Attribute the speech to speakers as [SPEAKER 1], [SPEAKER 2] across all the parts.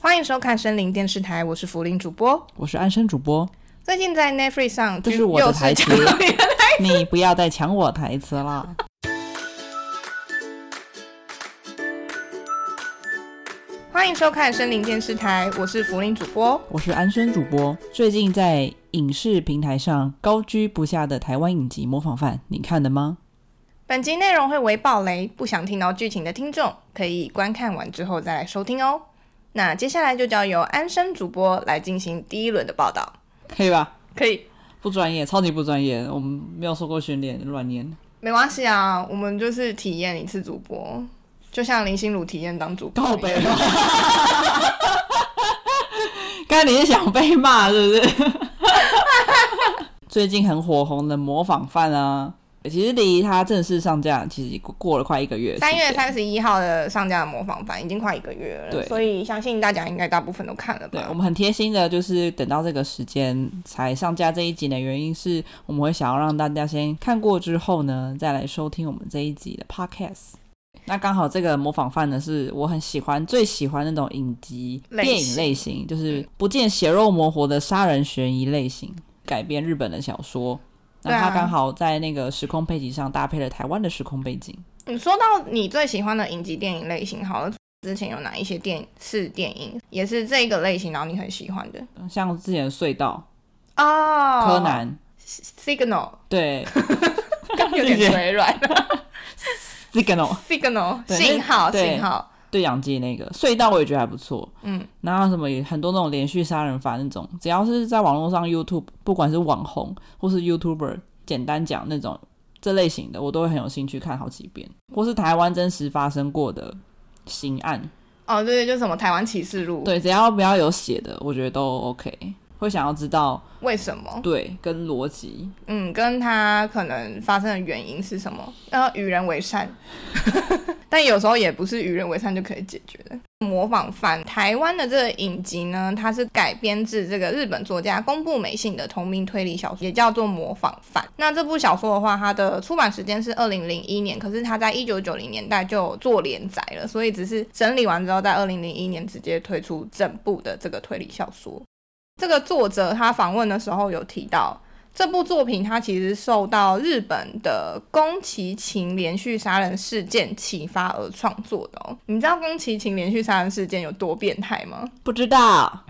[SPEAKER 1] 欢迎收看森林电视台，我是福林主播。
[SPEAKER 2] 我是安生主播，
[SPEAKER 1] 最近在 Netflix 上，
[SPEAKER 2] 这
[SPEAKER 1] 就是
[SPEAKER 2] 我的
[SPEAKER 1] 又是
[SPEAKER 2] 台词
[SPEAKER 1] 抢了别人的
[SPEAKER 2] 你不要再抢我台词 了。
[SPEAKER 1] 欢迎收看森林电视台，我是福林主播。
[SPEAKER 2] 我是安生主播，最近在影视平台上高居不下的台湾影集《模仿犯》，你看了吗？
[SPEAKER 1] 本集内容会为暴雷，不想听到剧情的听众可以观看完之后再来收听哦。那接下来就交由安生主播来进行第一轮的报道，
[SPEAKER 2] 可以吧？
[SPEAKER 1] 可以？
[SPEAKER 2] 不专业，超级不专业，我们没有受过训练，乱念。
[SPEAKER 1] 没关系啊，我们就是体验一次主播，就像林心如体验当主播一样。
[SPEAKER 2] 告白了。 刚才你是想被骂是不是？ 最近很火红的《模仿犯》啊，其实离它正式上架其实过了快一个月的时间，
[SPEAKER 1] 三月三十一号的上架的模仿版已经快一个月了，
[SPEAKER 2] 对
[SPEAKER 1] 所以相信大家应该大部分都看了
[SPEAKER 2] 对，我
[SPEAKER 1] 吧？
[SPEAKER 2] 们很贴心的，就是等到这个时间才上架这一集的原因是，我们会想要让大家先看过之后呢，再来收听我们这一集的 podcast。那刚好这个模仿犯呢，是我很喜欢、最喜欢那种影集
[SPEAKER 1] 类型
[SPEAKER 2] 电影类型，就是不见血肉模糊的杀人悬疑类型，改编日本的小说。那
[SPEAKER 1] 对啊
[SPEAKER 2] 它刚好在那个时空背景上搭配了台湾的时空背景。
[SPEAKER 1] 你嗯说到你最喜欢的影集电影类型，好了，之前有哪一些电视电影也是这个类型，然后你很喜欢的？
[SPEAKER 2] 像之前的隧道、
[SPEAKER 1] 哦，
[SPEAKER 2] 柯南，
[SPEAKER 1] Signal
[SPEAKER 2] 对
[SPEAKER 1] 有点嘴软
[SPEAKER 2] ，Signal，
[SPEAKER 1] ，Signal
[SPEAKER 2] 对
[SPEAKER 1] 信号
[SPEAKER 2] 那对
[SPEAKER 1] 信号，
[SPEAKER 2] 对讲机那个隧道，我也觉得还不错。
[SPEAKER 1] 嗯，
[SPEAKER 2] 然后什么也很多那种连续杀人犯那种，只要是在网络上 YouTube，不管是网红或是 YouTuber，简单讲那种这类型的，我都会很有兴趣看好几遍。或是台湾真实发生过的刑案，
[SPEAKER 1] 哦对对，就是什么台湾启示录，
[SPEAKER 2] 对，只要不要有写的，我觉得都 OK。会想要知道
[SPEAKER 1] 为什么？
[SPEAKER 2] 对跟逻辑，
[SPEAKER 1] 嗯，跟它可能发生的原因是什么？要与人为善， 但有时候也不是与人为善就可以解决的。嗯模仿犯台湾的这个影集呢，它是改编自这个日本作家宫部美幸的同名推理小说，也叫做《模仿犯》。那这部小说的话，它的出版时间是二零零一年，可是它在一九九零年代就有做连载了，所以只是整理完之后，在二零零一年直接推出整部的这个推理小说。这个作者他访问的时候有提到，这部作品它其实受到日本的宫崎勤连续杀人事件启发而创作的哦。你知道宫崎勤连续杀人事件有多变态吗？
[SPEAKER 2] 不知道。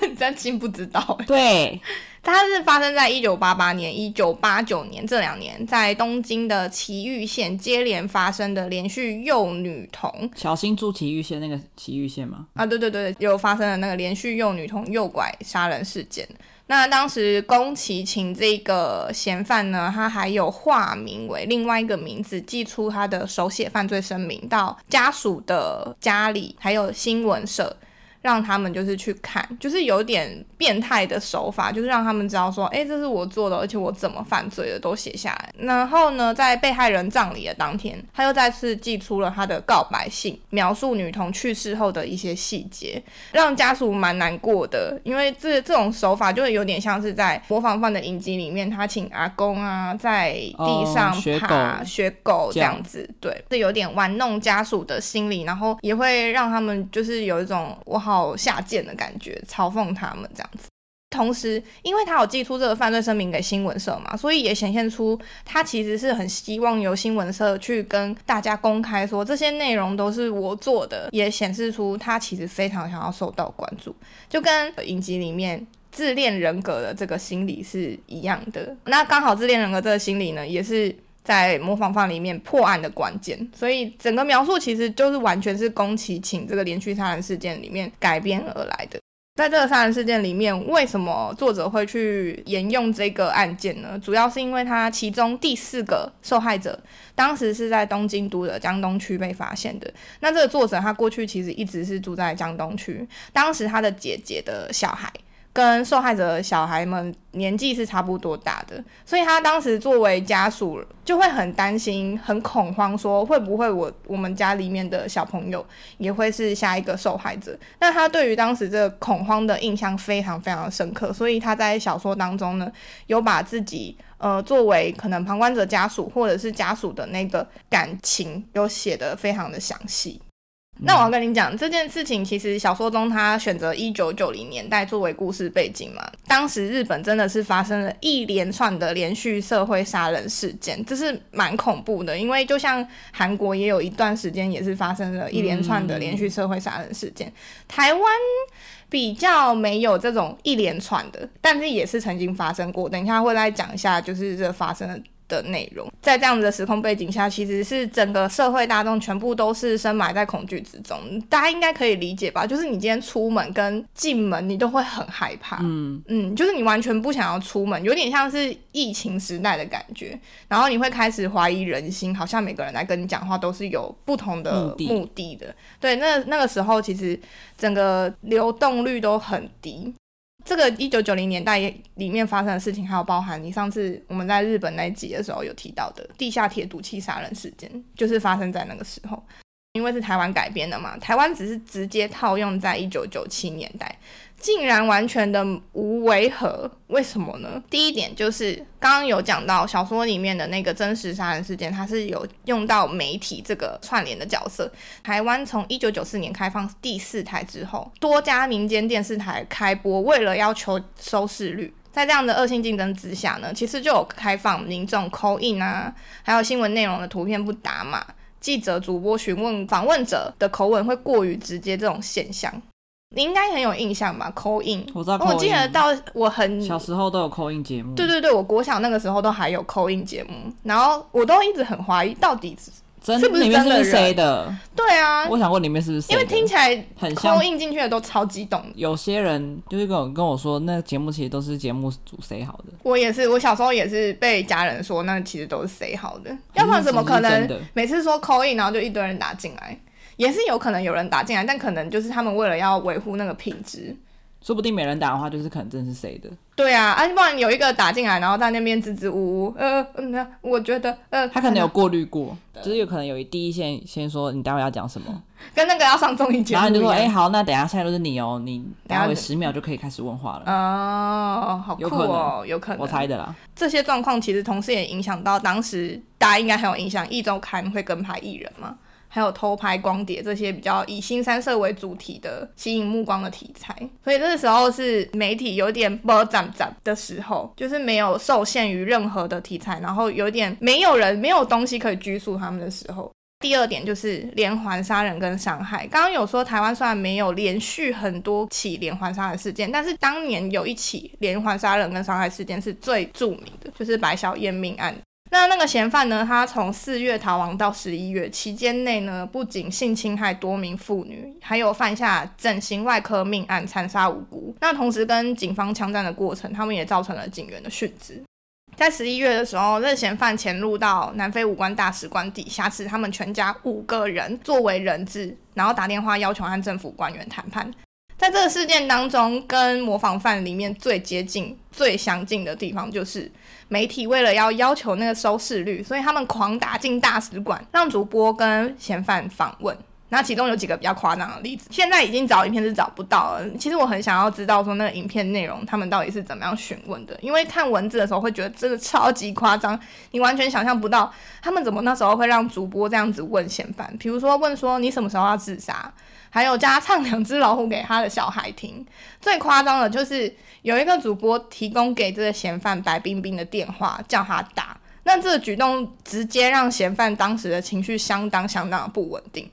[SPEAKER 1] 你真心不知道欸
[SPEAKER 2] 对，
[SPEAKER 1] 它是发生在一九八八年、一九八九年这两年，在东京的埼玉县接连发生的连续幼女童
[SPEAKER 2] 小心住崎玉县那个崎玉县吗？
[SPEAKER 1] 啊，对对对，有发生了那个连续幼女童诱拐杀人事件。那当时宫崎勤这个嫌犯呢，他还有化名为另外一个名字，寄出他的手写犯罪声明到家属的家里，还有新闻社，让他们就是去看，就是有点变态的手法，就是让他们知道说，哎，这是我做的，而且我怎么犯罪的都写下来。然后呢，在被害人葬礼的当天，他又再次寄出了他的告白信，描述女童去世后的一些细节，让家属蛮难过的，因为这这种手法就有点像是在模仿犯的影集里面，他请阿公啊在地上爬、
[SPEAKER 2] 哦学狗
[SPEAKER 1] 学狗这
[SPEAKER 2] 这样
[SPEAKER 1] 样子，对，这有点玩弄家属的心理，然后也会让他们就是有一种我好下贱的感觉，嘲讽他们这样子。同时，因为他有寄出这个犯罪声明给新闻社嘛，所以也显现出他其实是很希望由新闻社去跟大家公开说这些内容都是我做的，也显示出他其实非常想要受到关注，就跟影集里面自恋人格的这个心理是一样的。那刚好自恋人格这个心理呢，也是在模仿犯里面破案的关键，所以整个描述其实就是完全是宫崎勤这个连续杀人事件里面改编而来的。在这个杀人事件里面，为什么作者会去沿用这个案件呢？主要是因为他其中第四个受害者当时是在东京都的江东区被发现的。那这个作者他过去其实一直是住在江东区，当时他的姐姐的小孩跟受害者的小孩们年纪是差不多大的，所以他当时作为家属就会很担心、很恐慌，说会不会我我们家里面的小朋友也会是下一个受害者？那他对于当时这个恐慌的印象非常非常深刻，所以他在小说当中呢，有把自己呃作为可能旁观者家属或者是家属的那个感情，有写的非常的详细。那我要跟你讲这件事情，其实小说中他选择一九九零年代作为故事背景嘛，当时日本真的是发生了一连串的连续社会杀人事件，这是蛮恐怖的，因为就像韩国也有一段时间也是发生了一连串的连续社会杀人事件，台湾。比较没有这种一连串的，但是也是曾经发生过。等一下会再讲一下，就是这发生的的内容。在这样子的时空背景下，其实是整个社会大众全部都是深埋在恐惧之中。大家应该可以理解吧？就是你今天出门跟进门，你都会很害怕。嗯嗯，就是你完全不想要出门，有点像是疫情时代的感觉。然后你会开始怀疑人心，好像每个人来跟你讲话都是有不同的
[SPEAKER 2] 目的
[SPEAKER 1] 目的的。对，那那个时候其实整个流动率都很低。这个一九九零年代里面发生的事情，还有包含你上次我们在日本那一集的时候有提到的地下铁毒气杀人事件，就是发生在那个时候。因为是台湾改编的嘛，台湾只是直接套用在一九九七年代，竟然完全的无违和，为什么呢？第一点就是刚刚有讲到小说里面的那个真实杀人事件，它是有用到媒体这个串联的角色，台湾从一九九四年开放第四台之后，多家民间电视台开播，为了要求收视率。在这样的恶性竞争之下呢，其实就有开放民众 call in 啊，还有新闻内容的图片不打码，记者、主播询问访问者的口吻会过于直接这种现象，你应该很有印象吧？call in，
[SPEAKER 2] 我知道
[SPEAKER 1] 哦我记
[SPEAKER 2] call
[SPEAKER 1] 得
[SPEAKER 2] in
[SPEAKER 1] 到我很
[SPEAKER 2] 小时候都有扣印节目，
[SPEAKER 1] 对对对，我国小那个时候都还有 call in 节目，然后我都一直很怀疑到底
[SPEAKER 2] 真
[SPEAKER 1] 是不是
[SPEAKER 2] 里面是不是
[SPEAKER 1] 真的
[SPEAKER 2] 谁的？
[SPEAKER 1] 对啊，
[SPEAKER 2] 我想问里面是不是谁
[SPEAKER 1] 因
[SPEAKER 2] 的？
[SPEAKER 1] 为听起来
[SPEAKER 2] 很像
[SPEAKER 1] call in 进去的都超激动的。
[SPEAKER 2] 有些人就是跟我跟我说，那节目其实都是节目组塞好的。
[SPEAKER 1] 我也是，我小时候也是被家人说，那其实都是谁好的，要不然怎么可
[SPEAKER 2] 是真
[SPEAKER 1] 能
[SPEAKER 2] 的
[SPEAKER 1] 每次说 call in，然后就一堆人打进来？也是有可能有人打进来，但可能就是他们为了要维护那个品质。
[SPEAKER 2] 说不定没人打的话，就是可能真的是 谁的。
[SPEAKER 1] 对啊，啊，不然有一个打进来，然后在那边支支吾吾，呃，那、嗯、我觉得，呃，
[SPEAKER 2] 他可能有过滤过， 就是有可能有一第一线先说你待会要讲什么，
[SPEAKER 1] 跟那个要上综艺节
[SPEAKER 2] 然
[SPEAKER 1] 目
[SPEAKER 2] 后
[SPEAKER 1] 一
[SPEAKER 2] 你就说
[SPEAKER 1] 样，
[SPEAKER 2] 哎、好，那等一下下一轮是你哦，你
[SPEAKER 1] 等一下
[SPEAKER 2] 待会十秒就可以开始问话了，
[SPEAKER 1] 哦，好酷
[SPEAKER 2] 有可
[SPEAKER 1] 哦，有可能，
[SPEAKER 2] 我猜的啦。
[SPEAKER 1] 这些状况其实同时也影响到当时大家应该很有印象，一周刊会跟拍艺人嘛，还有偷拍光碟这些比较以新三社为主题的吸引目光的题材。所以这个时候是媒体有点不涨涨的时候，就是没有受限于任何的题材，然后有点没有人没有东西可以拘束他们的时候。第二点就是连环杀人跟伤害。刚刚有说台湾虽然没有连续很多起连环杀人事件，但是当年有一起连环杀人跟伤害事件是最著名的，就是白小燕命案。那那个嫌犯呢？他从四月逃亡到十一月期间内呢，不仅性侵害多名妇女，还有犯下整形外科命案、残杀无辜。那同时跟警方枪战的过程，他们也造成了警员的殉职。在十一月的时候，任嫌犯潜入到南非武官大使馆底下，持他们全家五个人作为人质，然后打电话要求和政府官员谈判。在这个事件当中，跟模仿犯里面最接近、最相近的地方，就是媒体为了要要求那个收视率，所以他们狂打进大使馆，让主播跟嫌犯访问。那其中有几个比较夸张的例子，现在已经找影片是找不到了。其实我很想要知道说那个影片内容他们到底是怎么样询问的，因为看文字的时候会觉得真的超级夸张，你完全想象不到他们怎么那时候会让主播这样子问嫌犯，比如说问说你什么时候要自杀，还有加唱两只老虎给他的小孩听。最夸张的就是有一个主播提供给这个嫌犯白冰冰的电话叫他打，那这个举动直接让嫌犯当时的情绪相当相当的不稳定。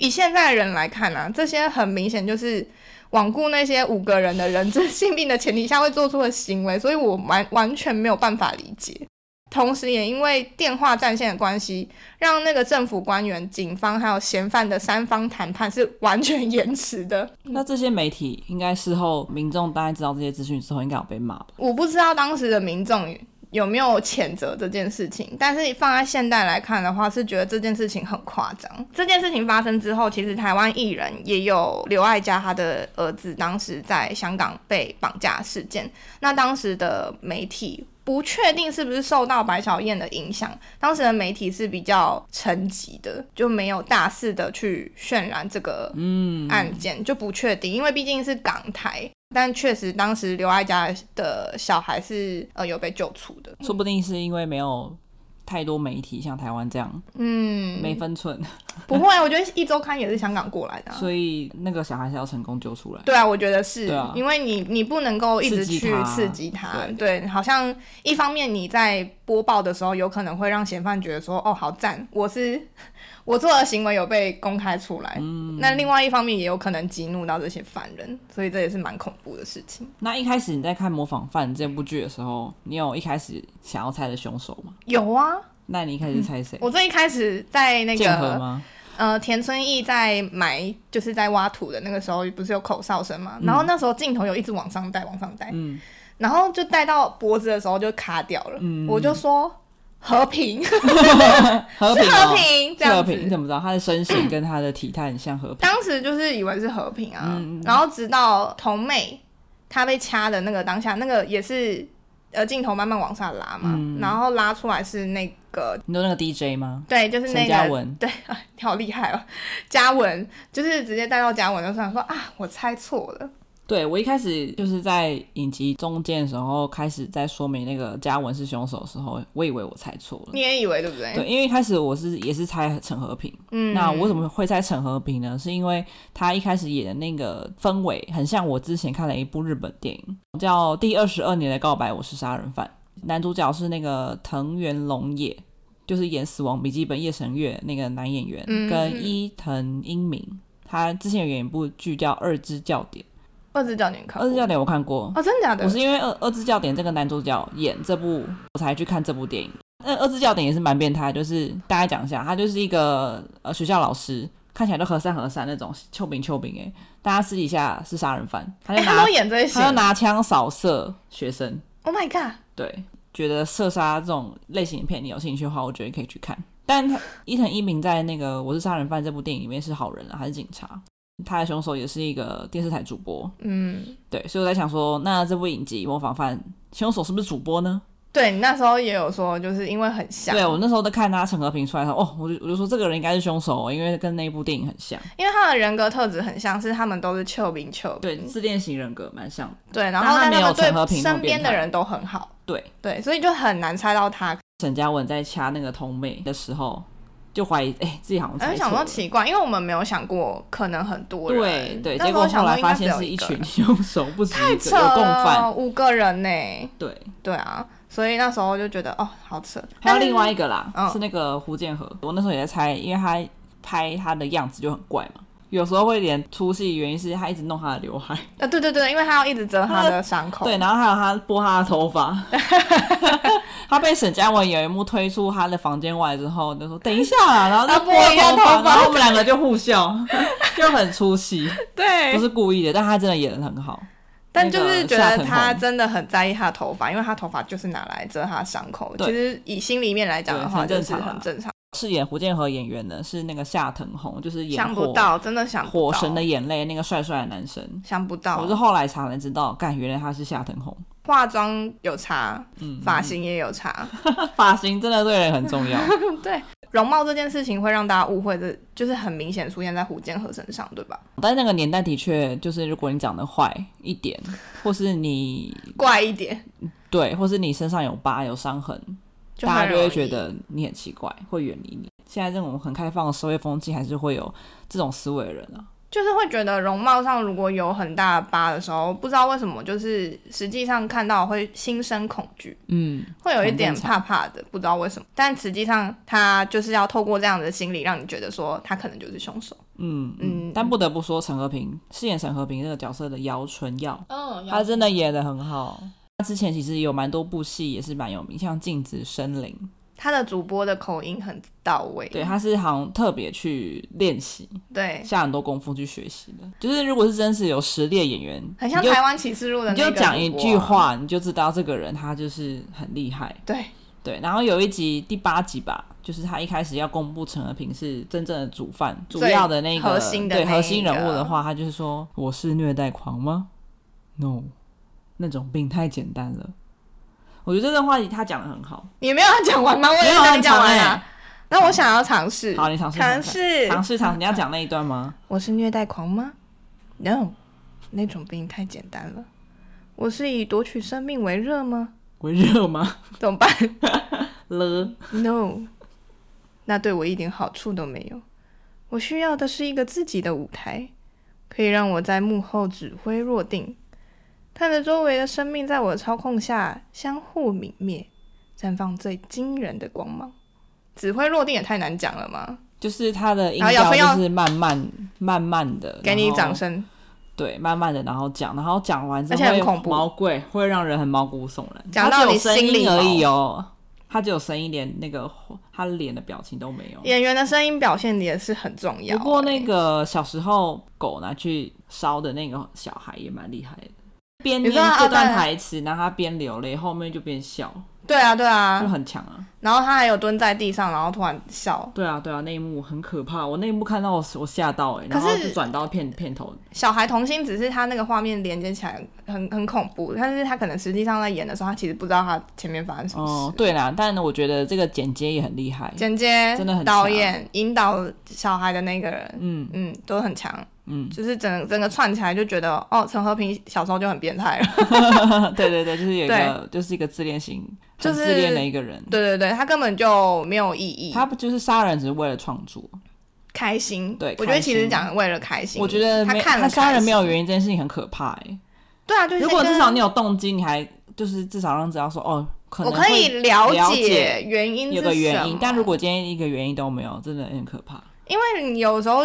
[SPEAKER 1] 以现在的人来看啊，这些很明显就是罔顾那些五个人的人质性命的前提下会做出的行为，所以我完完全没有办法理解。同时，也因为电话战线的关系，让那个政府官员、警方还有嫌犯的三方谈判是完全 延迟的。
[SPEAKER 2] 那这些媒体应该事后民众大概知道这些资讯之后，应该有被骂吧？
[SPEAKER 1] 我不知道当时的民众有没有谴责这件事情，但是放在现代来看的话，是觉得这件事情很夸张。这件事情发生之后，其实台湾艺人也有刘爱嘉他的儿子当时在香港被绑架事件，那当时的媒体。不确定是不是受到白小燕的影响，当时的媒体是比较沉寂的，就没有大肆的去渲染这个案件就不确定，因为毕竟是港台，但确实当时刘爱家的小孩是呃有被救出的。
[SPEAKER 2] 说不定是因为没有太多媒体像台湾这样
[SPEAKER 1] 嗯，
[SPEAKER 2] 没分寸，
[SPEAKER 1] 不会啊，我觉得一周刊也是香港过来的、啊。
[SPEAKER 2] 所以那个小孩是要成功救出来。
[SPEAKER 1] 对啊，我觉得是，
[SPEAKER 2] 对啊
[SPEAKER 1] 因为你你不能够一直
[SPEAKER 2] 刺激
[SPEAKER 1] 去
[SPEAKER 2] 他
[SPEAKER 1] 刺激他，对，好像一方面你在播报的时候，有可能会让嫌犯觉得说，哦，好赞，我是 我做的行为有被公开出来，
[SPEAKER 2] 嗯
[SPEAKER 1] 那另外一方面也有可能激怒到这些犯人，所以这也是蛮恐怖的事情。
[SPEAKER 2] 那一开始你在看《模仿犯》这部剧的时候，你有一开始想要猜的凶手吗？
[SPEAKER 1] 有啊，
[SPEAKER 2] 那你一开始猜谁？
[SPEAKER 1] 我最一开始在那
[SPEAKER 2] 剑河
[SPEAKER 1] 个
[SPEAKER 2] 吗？
[SPEAKER 1] 呃，田村义在埋，就是在挖土的那个时候，不是有口哨声嘛？然后那时候镜头有一直往上带，往上带，
[SPEAKER 2] 嗯
[SPEAKER 1] 然后就带到脖子的时候就卡掉了。我就说和平，是
[SPEAKER 2] 和平、哦，
[SPEAKER 1] 和平，这
[SPEAKER 2] 是和
[SPEAKER 1] 样
[SPEAKER 2] 平。你
[SPEAKER 1] 子。
[SPEAKER 2] 怎么知道他的身形跟他的体态很像和 平？
[SPEAKER 1] 当时就是以为是和平啊，
[SPEAKER 2] 嗯
[SPEAKER 1] 然后直到童妹她被掐的那个当下，那个也是呃镜头慢慢往下拉嘛，
[SPEAKER 2] 嗯
[SPEAKER 1] 然后拉出来是那个
[SPEAKER 2] 你说那个 DJ 吗？
[SPEAKER 1] 对，就是那
[SPEAKER 2] 陈嘉
[SPEAKER 1] 个
[SPEAKER 2] 文
[SPEAKER 1] 你好厉害哦， 嘉文就是直接带到嘉文，就想说啊，我猜错了。
[SPEAKER 2] 对我一开始就是在影集中间的时候开始在说明那个嘉文是凶手的时候，我以为我猜错了
[SPEAKER 1] 你。也以为对不对？
[SPEAKER 2] 对，因为一开始我是也是猜陈和平，
[SPEAKER 1] 嗯，
[SPEAKER 2] 那我怎么会猜陈和平呢？是因为他一开始演的那个氛围很像我之前看了一部日本电影，叫《第二十二年的告白，我是杀人犯》，男主角是那个藤原龙也，就是演《死亡笔记本》夜神月那个男演员，
[SPEAKER 1] 嗯
[SPEAKER 2] 跟伊藤英明。他之前有演一部剧叫《二之教典》，
[SPEAKER 1] 二十九年
[SPEAKER 2] 《
[SPEAKER 1] 看
[SPEAKER 2] 二之
[SPEAKER 1] 过？
[SPEAKER 2] 教典》我看过，
[SPEAKER 1] 哦，真的假的？
[SPEAKER 2] 我是因为二《二之教典》这个男主角演这部，我才去看这部电影。那《二之教典》也是蛮变态，就是大家讲一下，他就是一个呃学校老师，看起来都和善和善那种，丘比丘比哎，大家私底下是杀人犯，他
[SPEAKER 1] 哎、
[SPEAKER 2] 就
[SPEAKER 1] 他
[SPEAKER 2] 拿、
[SPEAKER 1] 都演这些
[SPEAKER 2] 他就拿枪扫射学生，
[SPEAKER 1] ，Oh my god！
[SPEAKER 2] 对，觉得射杀这种类型的片你有兴趣的话，我觉得可以去看。但他伊藤一明在那个《我是杀人犯》这部电影里面是好人啊，还是警察？他的凶手也是一个电视台主播，
[SPEAKER 1] 嗯，
[SPEAKER 2] 对，所以我在想说，那这部影集《模仿犯》凶手是不是主播呢？
[SPEAKER 1] 对你那时候也有说，就是因为很像，
[SPEAKER 2] 对我那时候在看他陈和平出来的时候，哦，我就我就说这个人应该是凶手哦，因为跟那部电影很像，
[SPEAKER 1] 因为他的人格特质很像，是他们都是丘比丘
[SPEAKER 2] 对，自恋型人格蛮像的。
[SPEAKER 1] 对，然
[SPEAKER 2] 但
[SPEAKER 1] 后
[SPEAKER 2] 他
[SPEAKER 1] 但
[SPEAKER 2] 没有陈和
[SPEAKER 1] 们
[SPEAKER 2] 平
[SPEAKER 1] 对
[SPEAKER 2] 那么
[SPEAKER 1] 身边
[SPEAKER 2] 变
[SPEAKER 1] 的
[SPEAKER 2] 态
[SPEAKER 1] 人都很好，
[SPEAKER 2] 对，
[SPEAKER 1] 对，所以就很难猜到他。
[SPEAKER 2] 沈嘉文在掐那个童妹的时候，就怀疑哎、自己好像
[SPEAKER 1] 而
[SPEAKER 2] 猜
[SPEAKER 1] 且想
[SPEAKER 2] 错
[SPEAKER 1] 说
[SPEAKER 2] 了。
[SPEAKER 1] 奇怪，因为我们没有想过可能很多
[SPEAKER 2] 对
[SPEAKER 1] 人，
[SPEAKER 2] 对，
[SPEAKER 1] 那
[SPEAKER 2] 结
[SPEAKER 1] 时候
[SPEAKER 2] 果
[SPEAKER 1] 想
[SPEAKER 2] 后
[SPEAKER 1] 说
[SPEAKER 2] 来
[SPEAKER 1] 应该
[SPEAKER 2] 发
[SPEAKER 1] 只
[SPEAKER 2] 现
[SPEAKER 1] 有
[SPEAKER 2] 是一
[SPEAKER 1] 个
[SPEAKER 2] 群
[SPEAKER 1] 人
[SPEAKER 2] 凶手，不止
[SPEAKER 1] 太
[SPEAKER 2] 一个
[SPEAKER 1] 扯
[SPEAKER 2] 有共犯。
[SPEAKER 1] 了，哦五个人呢、
[SPEAKER 2] 对，
[SPEAKER 1] 对啊，所以那时候就觉得哦，好扯。
[SPEAKER 2] 还
[SPEAKER 1] 但
[SPEAKER 2] 有
[SPEAKER 1] 是
[SPEAKER 2] 另外一个啦，
[SPEAKER 1] 嗯
[SPEAKER 2] 是那个胡建和。我那时候也在猜，因为他拍他的样子就很怪嘛，有时候会连出戏，原因是他一直弄他的刘海，
[SPEAKER 1] 呃，对对对，因为他要一直遮他的伤口。
[SPEAKER 2] 对，然后还有他拨他的头发， 他被沈佳文有一幕推出他的房间外之后，就说等一下 啊，然后
[SPEAKER 1] 啊
[SPEAKER 2] 就
[SPEAKER 1] 拨
[SPEAKER 2] 拨了
[SPEAKER 1] 一下
[SPEAKER 2] 头
[SPEAKER 1] 头
[SPEAKER 2] 发，
[SPEAKER 1] 发
[SPEAKER 2] 然后我们两个就 互笑，就很出戏，
[SPEAKER 1] 对
[SPEAKER 2] 不是故意的，但他真的演的很好。
[SPEAKER 1] 但就是觉得他
[SPEAKER 2] 那个夏承
[SPEAKER 1] 真的很在意他的头发，因为他头发就是拿来遮他的伤口。
[SPEAKER 2] 对
[SPEAKER 1] 其实以心里面来讲的
[SPEAKER 2] 对
[SPEAKER 1] 话，
[SPEAKER 2] 很
[SPEAKER 1] 就
[SPEAKER 2] 正
[SPEAKER 1] 是
[SPEAKER 2] 常啊
[SPEAKER 1] 很正常，
[SPEAKER 2] 饰演胡建和演员的是那个夏腾宏，就是演
[SPEAKER 1] 想
[SPEAKER 2] 火
[SPEAKER 1] 不到，真的想不
[SPEAKER 2] 火
[SPEAKER 1] 到
[SPEAKER 2] 神的眼泪那个帅帅的男生。
[SPEAKER 1] 想不
[SPEAKER 2] 我是
[SPEAKER 1] 到，
[SPEAKER 2] 后来查才知道，干，原来他是夏腾宏。
[SPEAKER 1] 化妆有差，
[SPEAKER 2] 嗯，
[SPEAKER 1] 发型也有差，
[SPEAKER 2] 发型真的对人很 重要。
[SPEAKER 1] 对。容貌这件事情会让大家误会的，就是很明显出现在胡建和身上，对吧？
[SPEAKER 2] 但那个年代的确，就是如果你长得坏一点，或是你
[SPEAKER 1] 怪一点，
[SPEAKER 2] 对，或是你身上有疤有伤痕，
[SPEAKER 1] 就
[SPEAKER 2] 大家
[SPEAKER 1] 很
[SPEAKER 2] 就会
[SPEAKER 1] 容易
[SPEAKER 2] 觉得你很奇怪，会远离你。现在这种很开放的社会风气，还是会有这种思维的人啊。
[SPEAKER 1] 就是会觉得容貌上如果有很大的疤的时候，不知道为什么，就是实际上看到会心生恐惧，
[SPEAKER 2] 嗯，
[SPEAKER 1] 会有一点
[SPEAKER 2] 很正
[SPEAKER 1] 怕怕的，不知道为什么。但实际上，他就是要透过这样的心理，让你觉得说他可能就是凶手。
[SPEAKER 2] 嗯
[SPEAKER 1] 嗯
[SPEAKER 2] 嗯，但不得不说，陈和平饰演陈和平这个角色的姚纯耀，
[SPEAKER 1] 嗯
[SPEAKER 2] 他真的演的很好。他之前其实有蛮多部戏也是蛮有名，像《镜子森林》，
[SPEAKER 1] 他的主播的口音很到位，
[SPEAKER 2] 对，他是好像特别去练习，
[SPEAKER 1] 嗯对，
[SPEAKER 2] 下很多功夫去学习的。就是如果是真是有实力的演员，
[SPEAKER 1] 很像
[SPEAKER 2] 你就
[SPEAKER 1] 台湾启示录的
[SPEAKER 2] 你
[SPEAKER 1] 那个
[SPEAKER 2] 就讲一
[SPEAKER 1] 主
[SPEAKER 2] 句
[SPEAKER 1] 播啊，
[SPEAKER 2] 话，你就知道这个人他就是很厉害。
[SPEAKER 1] 对，
[SPEAKER 2] 对，然后有一集第八集吧，就是他一开始要公布陈和平是真正的主犯，主
[SPEAKER 1] 最
[SPEAKER 2] 要的那个
[SPEAKER 1] 核心的
[SPEAKER 2] 对
[SPEAKER 1] 那一
[SPEAKER 2] 核心人物
[SPEAKER 1] 个
[SPEAKER 2] 的话，他就是说我是虐待狂吗？No，那种病太简单了。我觉得这段话他讲的很好，
[SPEAKER 1] 你没有要讲完吗？我也
[SPEAKER 2] 没有
[SPEAKER 1] 让你
[SPEAKER 2] 很
[SPEAKER 1] 讲
[SPEAKER 2] 长
[SPEAKER 1] 完
[SPEAKER 2] 欸
[SPEAKER 1] 啊。那我想要尝试，
[SPEAKER 2] 好，你尝试
[SPEAKER 1] 尝
[SPEAKER 2] 尝试
[SPEAKER 1] 试，
[SPEAKER 2] 尝试尝试，你要讲那一段吗？
[SPEAKER 1] 我是虐待狂吗？No，那种病太简单了。我是以夺取生命为热吗？
[SPEAKER 2] 我热吗？
[SPEAKER 1] 怎么办？
[SPEAKER 2] 了。
[SPEAKER 1] No，那对我一点好处都没有。我需要的是一个自己的舞台，可以让我在幕后指挥若定，看着周围的生命在我的操控下相互泯灭，绽放最惊人的光芒。指挥若定也太难讲了嘛！
[SPEAKER 2] 就是它的音
[SPEAKER 1] 好咬
[SPEAKER 2] 调
[SPEAKER 1] 分要
[SPEAKER 2] 就是慢慢慢慢的，
[SPEAKER 1] 给你
[SPEAKER 2] 然后
[SPEAKER 1] 掌声。
[SPEAKER 2] 对，慢慢的，然后讲，然后讲完之
[SPEAKER 1] 而
[SPEAKER 2] 后
[SPEAKER 1] 且很
[SPEAKER 2] 会
[SPEAKER 1] 恐怖
[SPEAKER 2] 毛贵，会让人很毛骨悚然。
[SPEAKER 1] 讲
[SPEAKER 2] 它
[SPEAKER 1] 到
[SPEAKER 2] 只有
[SPEAKER 1] 你
[SPEAKER 2] 声
[SPEAKER 1] 心里
[SPEAKER 2] 音而
[SPEAKER 1] 毛
[SPEAKER 2] 已哦，他只有声音，连那个他脸的表情都没有。
[SPEAKER 1] 演员的声音表现也是很重要、
[SPEAKER 2] 不过那
[SPEAKER 1] 欸
[SPEAKER 2] 个小时候狗拿去烧的那个小孩也蛮厉害的，边
[SPEAKER 1] 你
[SPEAKER 2] 念
[SPEAKER 1] 说他
[SPEAKER 2] 这段
[SPEAKER 1] 对
[SPEAKER 2] 台词，然后他边流泪，后面就边笑，
[SPEAKER 1] 对啊对
[SPEAKER 2] 就
[SPEAKER 1] 啊，
[SPEAKER 2] 很强啊。
[SPEAKER 1] 然后他还有蹲在地上，然后突然笑。
[SPEAKER 2] 对啊，对啊，那一幕很可怕，我那一幕看到我我吓到哎、欸，
[SPEAKER 1] 可
[SPEAKER 2] 然
[SPEAKER 1] 是
[SPEAKER 2] 后就转到片片头，
[SPEAKER 1] 小孩童心只是他那个画面连接起来很很恐怖，但是他可能实际上在演的时候，他其实不知道他前面发生什么事。
[SPEAKER 2] 哦，对啦，但我觉得这个剪接也很厉害，
[SPEAKER 1] 剪接
[SPEAKER 2] 真的很
[SPEAKER 1] 导
[SPEAKER 2] 强
[SPEAKER 1] 演引导小孩的那个人，
[SPEAKER 2] 嗯
[SPEAKER 1] 嗯，都很强，
[SPEAKER 2] 嗯，
[SPEAKER 1] 就是整整个串起来就觉得，哦，陈和平小时候就很变态 了，
[SPEAKER 2] 对对对，就是有一个就是一个自恋型，
[SPEAKER 1] 就
[SPEAKER 2] 很
[SPEAKER 1] 是
[SPEAKER 2] 自恋的一个人，
[SPEAKER 1] 对对对，他根本就没有意义，
[SPEAKER 2] 他不就是杀人只是为了创作，
[SPEAKER 1] 开心，
[SPEAKER 2] 对
[SPEAKER 1] 我觉得
[SPEAKER 2] 开
[SPEAKER 1] 其
[SPEAKER 2] 心
[SPEAKER 1] 实讲为了开心，
[SPEAKER 2] 我觉得
[SPEAKER 1] 他
[SPEAKER 2] 没
[SPEAKER 1] 看了
[SPEAKER 2] 他杀人没有
[SPEAKER 1] 原，
[SPEAKER 2] 原因这件事情很可怕哎、
[SPEAKER 1] 对啊，就是
[SPEAKER 2] 如果
[SPEAKER 1] 跟
[SPEAKER 2] 至少你有动机，你还就是至少让知道说哦，可
[SPEAKER 1] 我
[SPEAKER 2] 能
[SPEAKER 1] 可以
[SPEAKER 2] 会
[SPEAKER 1] 了
[SPEAKER 2] 了
[SPEAKER 1] 解
[SPEAKER 2] 解
[SPEAKER 1] 原因
[SPEAKER 2] 有
[SPEAKER 1] 是
[SPEAKER 2] 个
[SPEAKER 1] 什
[SPEAKER 2] 原因
[SPEAKER 1] 么，
[SPEAKER 2] 但如果今天一个原因都没有，真的很可怕。
[SPEAKER 1] 因为你有时候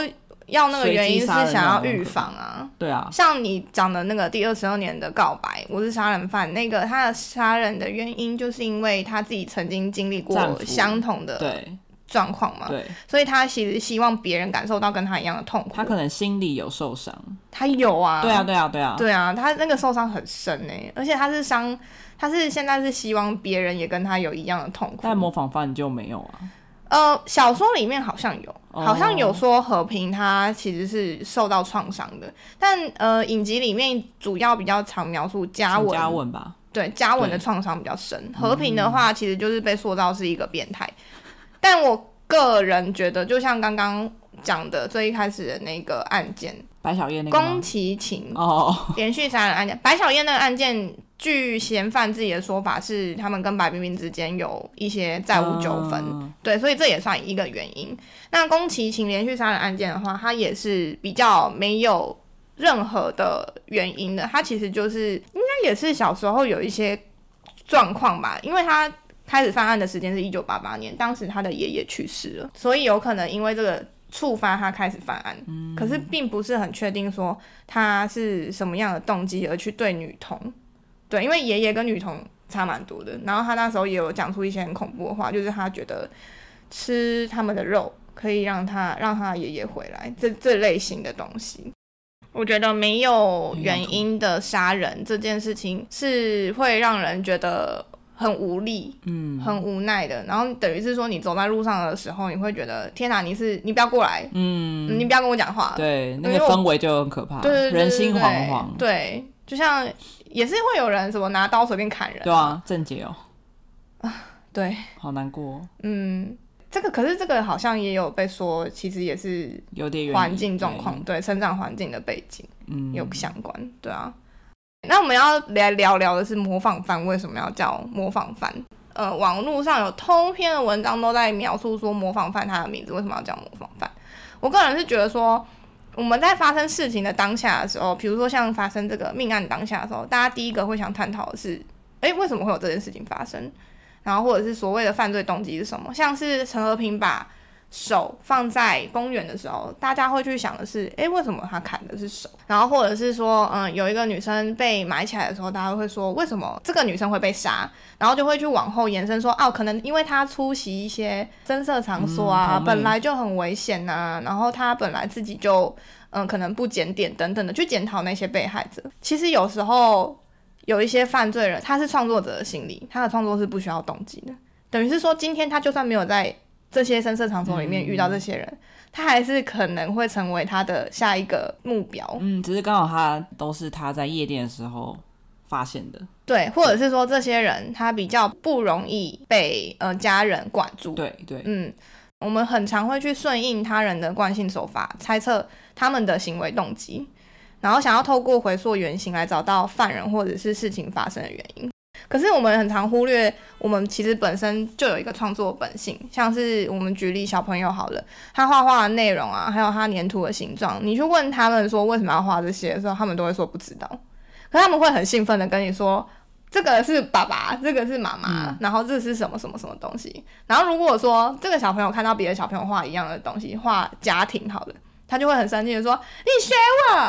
[SPEAKER 1] 要那个
[SPEAKER 2] 随机
[SPEAKER 1] 原因是
[SPEAKER 2] 杀人
[SPEAKER 1] 想
[SPEAKER 2] 那
[SPEAKER 1] 要
[SPEAKER 2] 种
[SPEAKER 1] 预
[SPEAKER 2] 可
[SPEAKER 1] 防啊，
[SPEAKER 2] 对啊，
[SPEAKER 1] 像你讲的那个第二十二年的告白，我是杀人犯，那个他的杀人的原因就是因为他自己曾经经历
[SPEAKER 2] 战
[SPEAKER 1] 过
[SPEAKER 2] 俘
[SPEAKER 1] 相同的啊
[SPEAKER 2] 对
[SPEAKER 1] 状况嘛，
[SPEAKER 2] 对，
[SPEAKER 1] 所以他其实希望别人感受到跟他一样的痛苦。
[SPEAKER 2] 他可能心里有受伤。
[SPEAKER 1] 他有啊，
[SPEAKER 2] 对啊，对啊，对啊，
[SPEAKER 1] 对啊，他那个受伤很深哎、而且他是伤，他是现在是希望别人也跟他有一样的痛
[SPEAKER 2] 但模
[SPEAKER 1] 苦。
[SPEAKER 2] 仿犯就没有啊。
[SPEAKER 1] 呃，小说里面好像有，
[SPEAKER 2] 哦
[SPEAKER 1] 好像有说和平他其实是受到创伤的，但呃，影集里面主要比较常描述嘉
[SPEAKER 2] 陈
[SPEAKER 1] 文
[SPEAKER 2] 嘉文嗯吧，
[SPEAKER 1] 对嘉文的创伤比较深，和平的话其实就是被塑造是一个变态。但我个人觉得，就像刚刚讲的最一开始的那个案件，
[SPEAKER 2] 白小燕那个
[SPEAKER 1] 宫
[SPEAKER 2] 吗
[SPEAKER 1] 崎勤
[SPEAKER 2] 哦，
[SPEAKER 1] 连续杀人案件，白小燕那个案件，据嫌犯自己的说法是，他们跟白冰冰之间有一些债务纠纷，
[SPEAKER 2] 嗯
[SPEAKER 1] 对，所以这也算一个原因。那宫崎勤连续杀人案件的话，它也是比较没有任何的原因的，它其实就是应该也是小时候有一些状况吧，因为他开始犯案的时间是一九八八年，当时他的爷爷去世了，所以有可能因为这个。触发他开始犯案，可是并不是很确定说他是什么样的动机而去对女童，对，因为爷爷跟女童差蛮多的。然后他那时候也有讲出一些很恐怖的话，就是他觉得吃他们的肉，可以让他让他爷爷回来，这这类型的东西。我觉得没有原因的杀人这件事情是会让人觉得很无力、
[SPEAKER 2] 嗯
[SPEAKER 1] 很无奈的。然后等于是说，你走在路上的时候，你会觉觉得天哪，你是你不要过来，
[SPEAKER 2] 嗯，
[SPEAKER 1] 你不要跟我讲话，
[SPEAKER 2] 对，那
[SPEAKER 1] 因为
[SPEAKER 2] 个
[SPEAKER 1] 我
[SPEAKER 2] 氛围就很可怕，
[SPEAKER 1] 对对对对
[SPEAKER 2] 人心
[SPEAKER 1] 对
[SPEAKER 2] 惶惶。
[SPEAKER 1] 对，就像也是会有人什么拿刀随便砍人，
[SPEAKER 2] 对啊，郑解哦，
[SPEAKER 1] 对，
[SPEAKER 2] 好难过哦，
[SPEAKER 1] 嗯，这个可是这个好像也有被说，其实也是
[SPEAKER 2] 有点原因
[SPEAKER 1] 环境状况，，对成长环境的背景
[SPEAKER 2] 对嗯，
[SPEAKER 1] 有相关，对啊。那我们要来聊聊的是模仿犯为什么要叫模仿犯？呃，网络上有通篇的文章都在描述说模仿犯他的名字为什么要叫模仿犯。我个人是觉得说，我们在发生事情的当下的时候，比如说像发生这个命案当下的时候，大家第一个会想探讨的是，诶，为什么会有这件事情发生？然后或者是所谓的犯罪动机是什么？像是陈和平把手放在公园的时候，大家会去想的是，诶，为什么他砍的是手？然后或者是说，嗯，有一个女生被埋起来的时候，大家会说，为什么这个女生会被杀？然后就会去往后延伸说，哦，可能因为她出席一些增色场所啊，
[SPEAKER 2] 嗯同类
[SPEAKER 1] 本来就很危险呐、然后她本来自己就，嗯，可能不检点等等的去检讨那些被害者。其实有时候有一些犯罪人，他是创作者的心理，他的创作是不需要动机的。等于是说，今天他就算没有在这些深色场所里面遇到这些人，他还是可能会成为他的下一个目标。
[SPEAKER 2] 嗯，只是刚好他都是他在夜店的时候发现的，
[SPEAKER 1] 对，或者是说这些人他比较不容易被呃家人管住。
[SPEAKER 2] 对对，
[SPEAKER 1] 嗯，我们很常会去顺应他人的惯性手法，猜测他们的行为动机，然后想要透过回溯原型来找到犯人或者是事情发生的原因。可是我们很常忽略，我们其实本身就有一个创作本性，像是我们举例小朋友好了，他画画的内容啊，还有他粘土的形状，你去问他们说为什么要画这些的时候，他们都会说不知道，可是他们会很兴奋的跟你说。这个是爸爸，这个是妈妈，然后这是什么什么什么东西。然后如果说这个小朋友看到别的小朋友画一样的东西，画家庭好了，他就会很生气的说：“你学我，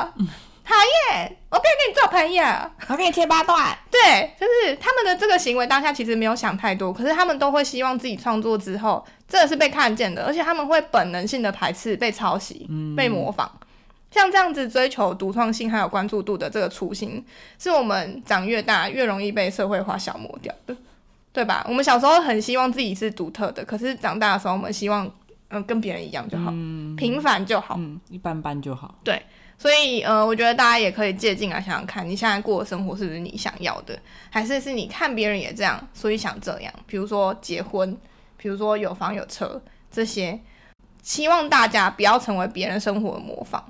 [SPEAKER 1] 讨厌，我不要跟你做朋友。”
[SPEAKER 2] 我给你切八段。
[SPEAKER 1] 对，就是他们的这个行为当下其实没有想太多，可是他们都会希望自己创作之后，这个是被看见的，而且他们会本能性的排斥被抄袭、被模仿。像这样子追求独创性还有关注度的这个初心，是我们长越大越容易被社会化消磨掉的，对吧？我们小时候很希望自己是独特的，可是长大的时候，我们希望嗯、呃跟别人一样就好，平凡就好。
[SPEAKER 2] 嗯，一般般就好。
[SPEAKER 1] 所以，呃，我觉得大家也可以借鉴来想想看，你现在过的生活是不是你想要的，还是是你看别人也这样，所以想这样？比如说结婚，比如说有房有车这些，希望大家不要成为别人生活的模仿，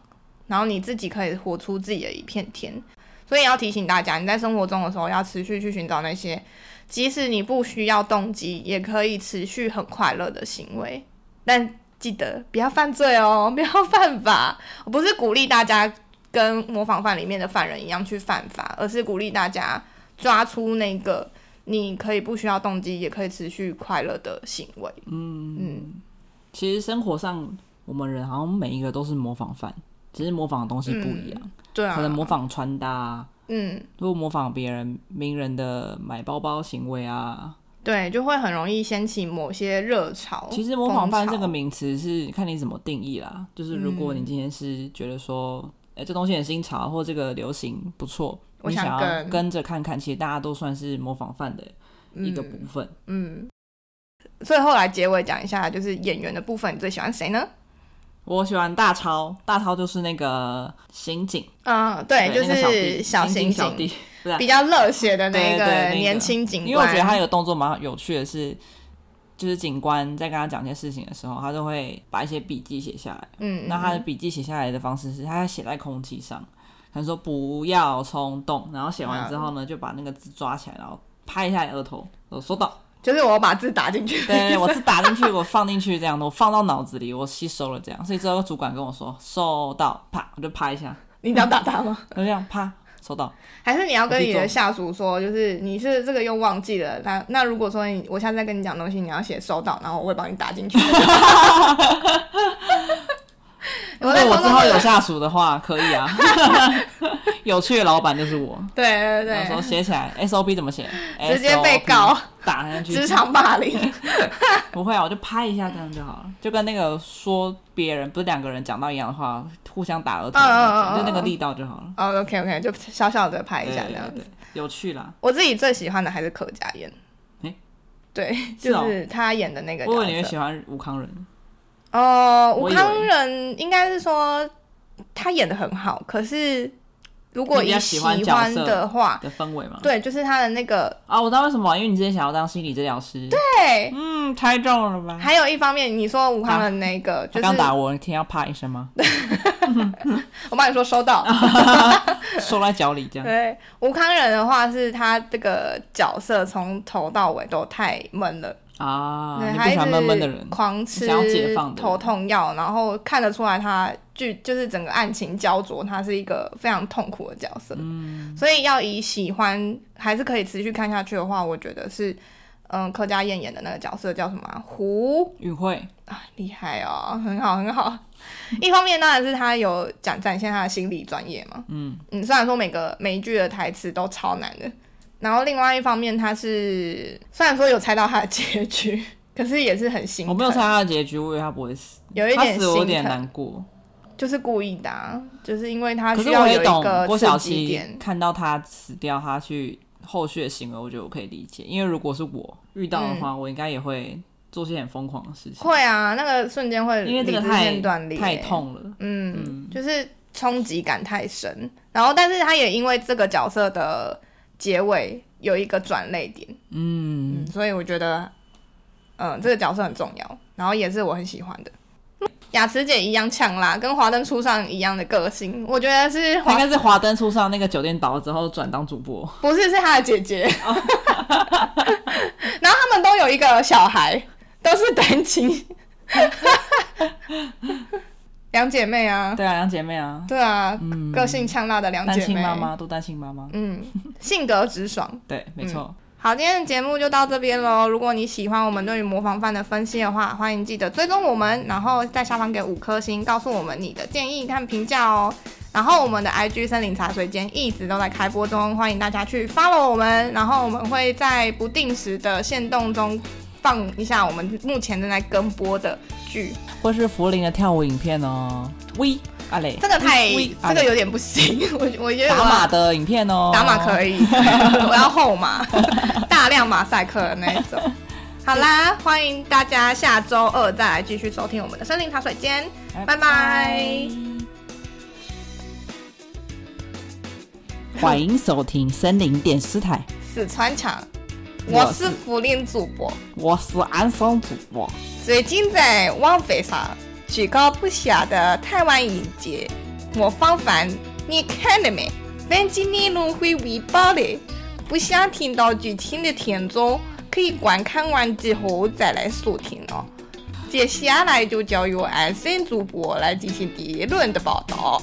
[SPEAKER 1] 然后你自己可以活出自己的一片天。所以要提醒大家，你在生活中的时候要持续去寻找那些，即使你不需要动机，也可以持续很快乐的行为，但记得不要犯罪哦，不要犯法。我不是鼓励大家跟模仿犯里面的犯人一样去犯法，而是鼓励大家抓出那个你可以不需要动机也可以持续快乐的行为。嗯嗯，
[SPEAKER 2] 其实生活上，我们人好像每一个都是模仿犯，只是模仿的东西不一样，
[SPEAKER 1] 对啊，
[SPEAKER 2] 可能模仿穿搭、啊，
[SPEAKER 1] 嗯，
[SPEAKER 2] 如果模仿别人名人的买包包行为啊，
[SPEAKER 1] 对，就会很容易掀起某些热潮。
[SPEAKER 2] 其实模仿犯这
[SPEAKER 1] 风
[SPEAKER 2] 个
[SPEAKER 1] 潮
[SPEAKER 2] 名词是看你怎么定义啦。就是如果
[SPEAKER 1] 嗯
[SPEAKER 2] 你今天是觉得说，哎、这东西很新潮，或这个流行不错，
[SPEAKER 1] 我
[SPEAKER 2] 你
[SPEAKER 1] 想
[SPEAKER 2] 想要
[SPEAKER 1] 跟
[SPEAKER 2] 跟着看看，其实大家都算是模仿犯的一个部分。
[SPEAKER 1] 嗯，所以后来结尾讲一下，就是演员的部分，你最喜欢谁呢？
[SPEAKER 2] 我喜欢大超，大超就是那个刑警，
[SPEAKER 1] 嗯，对，就
[SPEAKER 2] 那
[SPEAKER 1] 是
[SPEAKER 2] 个弟
[SPEAKER 1] 小
[SPEAKER 2] 刑警
[SPEAKER 1] 刑
[SPEAKER 2] 小
[SPEAKER 1] 警，
[SPEAKER 2] 弟，不是啊
[SPEAKER 1] 比较热血的那
[SPEAKER 2] 对对
[SPEAKER 1] 个
[SPEAKER 2] 那个
[SPEAKER 1] 年轻警官。
[SPEAKER 2] 因为我觉得他有动作蛮有趣的是，就是警官在跟他讲一些事情的时候，他都会把一些笔记写下来。
[SPEAKER 1] 嗯，
[SPEAKER 2] 那他的笔记写下来的方式是，他写在空气上，他说不要冲动，然后写完之后
[SPEAKER 1] 啊
[SPEAKER 2] 呢，就把那个字抓起来，然后拍一下你额头，我说到，
[SPEAKER 1] 就是我把字打进去
[SPEAKER 2] 对对对，我是打进去，我放进去这样的，我放到脑子里，我吸收了这样，所以之后主管跟我说收到，啪，我就拍一下，
[SPEAKER 1] 你要打他吗？
[SPEAKER 2] 我就这样啪，收到，
[SPEAKER 1] 还是你要跟你的下属说，就是你是这个又忘记了，那那如果说你我下次再跟你讲东西，你要写收到，然后我会帮你打 进去。
[SPEAKER 2] 如
[SPEAKER 1] 我
[SPEAKER 2] 果
[SPEAKER 1] 在
[SPEAKER 2] 我
[SPEAKER 1] 工
[SPEAKER 2] 之
[SPEAKER 1] 作
[SPEAKER 2] 后有下属的话，可以 啊，有趣的老板就是我。
[SPEAKER 1] 对对
[SPEAKER 2] 然后说
[SPEAKER 1] 对
[SPEAKER 2] 写起来，SOP 怎么写？
[SPEAKER 1] 直接被
[SPEAKER 2] SOP
[SPEAKER 1] 告
[SPEAKER 2] 打上去，
[SPEAKER 1] 职场霸凌，
[SPEAKER 2] 不会啊，我就拍一下这样就好了，就跟那个说别人不是两个人讲到一样的话，互相打额头的那
[SPEAKER 1] 嗯嗯嗯
[SPEAKER 2] 种，
[SPEAKER 1] 嗯
[SPEAKER 2] 就那个力道就好了。
[SPEAKER 1] 哦，OK OK，就小小的拍
[SPEAKER 2] 对
[SPEAKER 1] 一下这
[SPEAKER 2] 对
[SPEAKER 1] 样
[SPEAKER 2] 对
[SPEAKER 1] 子。，
[SPEAKER 2] 有趣啦。
[SPEAKER 1] 我自己最喜欢的还是柯佳嬿
[SPEAKER 2] 诶，
[SPEAKER 1] 对，
[SPEAKER 2] 是
[SPEAKER 1] 就
[SPEAKER 2] 哦
[SPEAKER 1] 是他演的那个
[SPEAKER 2] 我以为你
[SPEAKER 1] 角
[SPEAKER 2] 会
[SPEAKER 1] 色。
[SPEAKER 2] 喜欢吴康仁，
[SPEAKER 1] 哦，吴
[SPEAKER 2] 我以
[SPEAKER 1] 康
[SPEAKER 2] 为
[SPEAKER 1] 仁应该是说他演的很好，可是如果
[SPEAKER 2] 你比
[SPEAKER 1] 以
[SPEAKER 2] 较
[SPEAKER 1] 喜
[SPEAKER 2] 喜欢角
[SPEAKER 1] 欢
[SPEAKER 2] 色
[SPEAKER 1] 的话，
[SPEAKER 2] 的氛围嘛。
[SPEAKER 1] 对，就是他的那个
[SPEAKER 2] 啊，我知道为什么，因为你之前想要当心理治疗师。对，
[SPEAKER 1] 对，
[SPEAKER 2] 嗯，猜中了吧？
[SPEAKER 1] 还有一方面，你说武康的那个，就
[SPEAKER 2] 啊他
[SPEAKER 1] 是
[SPEAKER 2] 刚打我，你听到啪一声吗？
[SPEAKER 1] 我帮你说收到。
[SPEAKER 2] 啊收在脚里这样。
[SPEAKER 1] 对，吴康仁的话是他这个角色从头到尾都太闷了，
[SPEAKER 2] 啊，
[SPEAKER 1] 对
[SPEAKER 2] 你不
[SPEAKER 1] 他一
[SPEAKER 2] 喜欢
[SPEAKER 1] 直
[SPEAKER 2] 闷闷的人，
[SPEAKER 1] 狂吃
[SPEAKER 2] 想要解放的人
[SPEAKER 1] 头痛药，然后看得出来他剧就是整个案情焦灼，他是一个非常痛苦的角色。嗯，所以要以喜欢还是可以持续看下去的话，我觉得是。嗯，柯佳燕演的那个角色叫什么啊、胡
[SPEAKER 2] 与会
[SPEAKER 1] 啊，厉害哦，很好很好。 一方面当然是他有展展现他的心理专业嘛，嗯嗯，虽然说每个每一句的台词都超难的，然后另外一方面他是虽然说有猜到他的结局， 可是也是很心疼，
[SPEAKER 2] 我没有猜他的结局，我以为他不会死，
[SPEAKER 1] 有一
[SPEAKER 2] 他
[SPEAKER 1] 点
[SPEAKER 2] 死我有
[SPEAKER 1] 心
[SPEAKER 2] 点
[SPEAKER 1] 疼，
[SPEAKER 2] 难过。
[SPEAKER 1] 就是故意的、啊，就是因为他
[SPEAKER 2] 可是
[SPEAKER 1] 需
[SPEAKER 2] 我
[SPEAKER 1] 要
[SPEAKER 2] 也
[SPEAKER 1] 有一
[SPEAKER 2] 懂
[SPEAKER 1] 个
[SPEAKER 2] 郭
[SPEAKER 1] 刺
[SPEAKER 2] 晓
[SPEAKER 1] 激
[SPEAKER 2] 琪
[SPEAKER 1] 点，
[SPEAKER 2] 看到他死掉，他去后续的行为，我觉得我可以理解。因为如果是我遇到的话，
[SPEAKER 1] 嗯
[SPEAKER 2] 我应该也会做些很疯狂的事情，
[SPEAKER 1] 会啊，那个瞬间会
[SPEAKER 2] 因为这个
[SPEAKER 1] 理智
[SPEAKER 2] 太
[SPEAKER 1] 线断裂，
[SPEAKER 2] 太痛了。
[SPEAKER 1] 嗯，就是冲击感太深。然后，但是他也因为这个角色的结尾有一个转泪点，
[SPEAKER 2] 嗯，
[SPEAKER 1] 呃嗯，所以我觉得，嗯、这个角色很重要，然后也是我很喜欢的。雅慈姐一样呛辣，跟华灯初上一样的个性。我觉得是
[SPEAKER 2] 他应
[SPEAKER 1] 华
[SPEAKER 2] 该是华灯初上那个酒店倒了之后转当主播，
[SPEAKER 1] 不是是她的姐姐，然后他们都有一个小孩，都是单亲，两姐妹啊，
[SPEAKER 2] 对啊，两姐妹 啊，
[SPEAKER 1] 对啊，
[SPEAKER 2] 嗯，
[SPEAKER 1] 个性呛辣的两
[SPEAKER 2] 单
[SPEAKER 1] 姐
[SPEAKER 2] 亲
[SPEAKER 1] 妹，
[SPEAKER 2] 妈妈都单亲妈妈，
[SPEAKER 1] 嗯，性格直爽。
[SPEAKER 2] 对，没错，
[SPEAKER 1] 好，今天的节目就到这边喽。如果你喜欢我们对于模仿犯的分析的话，欢迎记得追踪我们，然后在下方给五颗星，告诉我们你的建议和评价哦。然后我们的 IG 森林茶水间一直都在开播中，欢迎大家去 follow 我们。然后我们会在不定时的限动中放一下我们目前正在跟播的剧。
[SPEAKER 2] 或是福林的跳舞影片哦，喂，阿磊，
[SPEAKER 1] 这个太
[SPEAKER 2] 喂喂，阿
[SPEAKER 1] 这个
[SPEAKER 2] 磊
[SPEAKER 1] 有点不行，我我觉得
[SPEAKER 2] 打
[SPEAKER 1] 我
[SPEAKER 2] 码的影片哦，
[SPEAKER 1] 打码可 以，我要后码，大量马赛克的那一 种。好啦，欢迎大家下周二再来继续收听我们的森林茶水间。拜拜
[SPEAKER 2] 欢迎收听森林电视台，
[SPEAKER 1] 死穿墙，
[SPEAKER 2] 我
[SPEAKER 1] 我
[SPEAKER 2] 是
[SPEAKER 1] 是福林主播，
[SPEAKER 2] 我是安松主播，
[SPEAKER 1] 最近在网飞上居高不下的台湾影集《模仿犯》，你看了没？本集内容会微爆的，不想听到剧情的听众可以观看完之后再来收听哦。接下来就交由安森主播来进行第一轮的报道。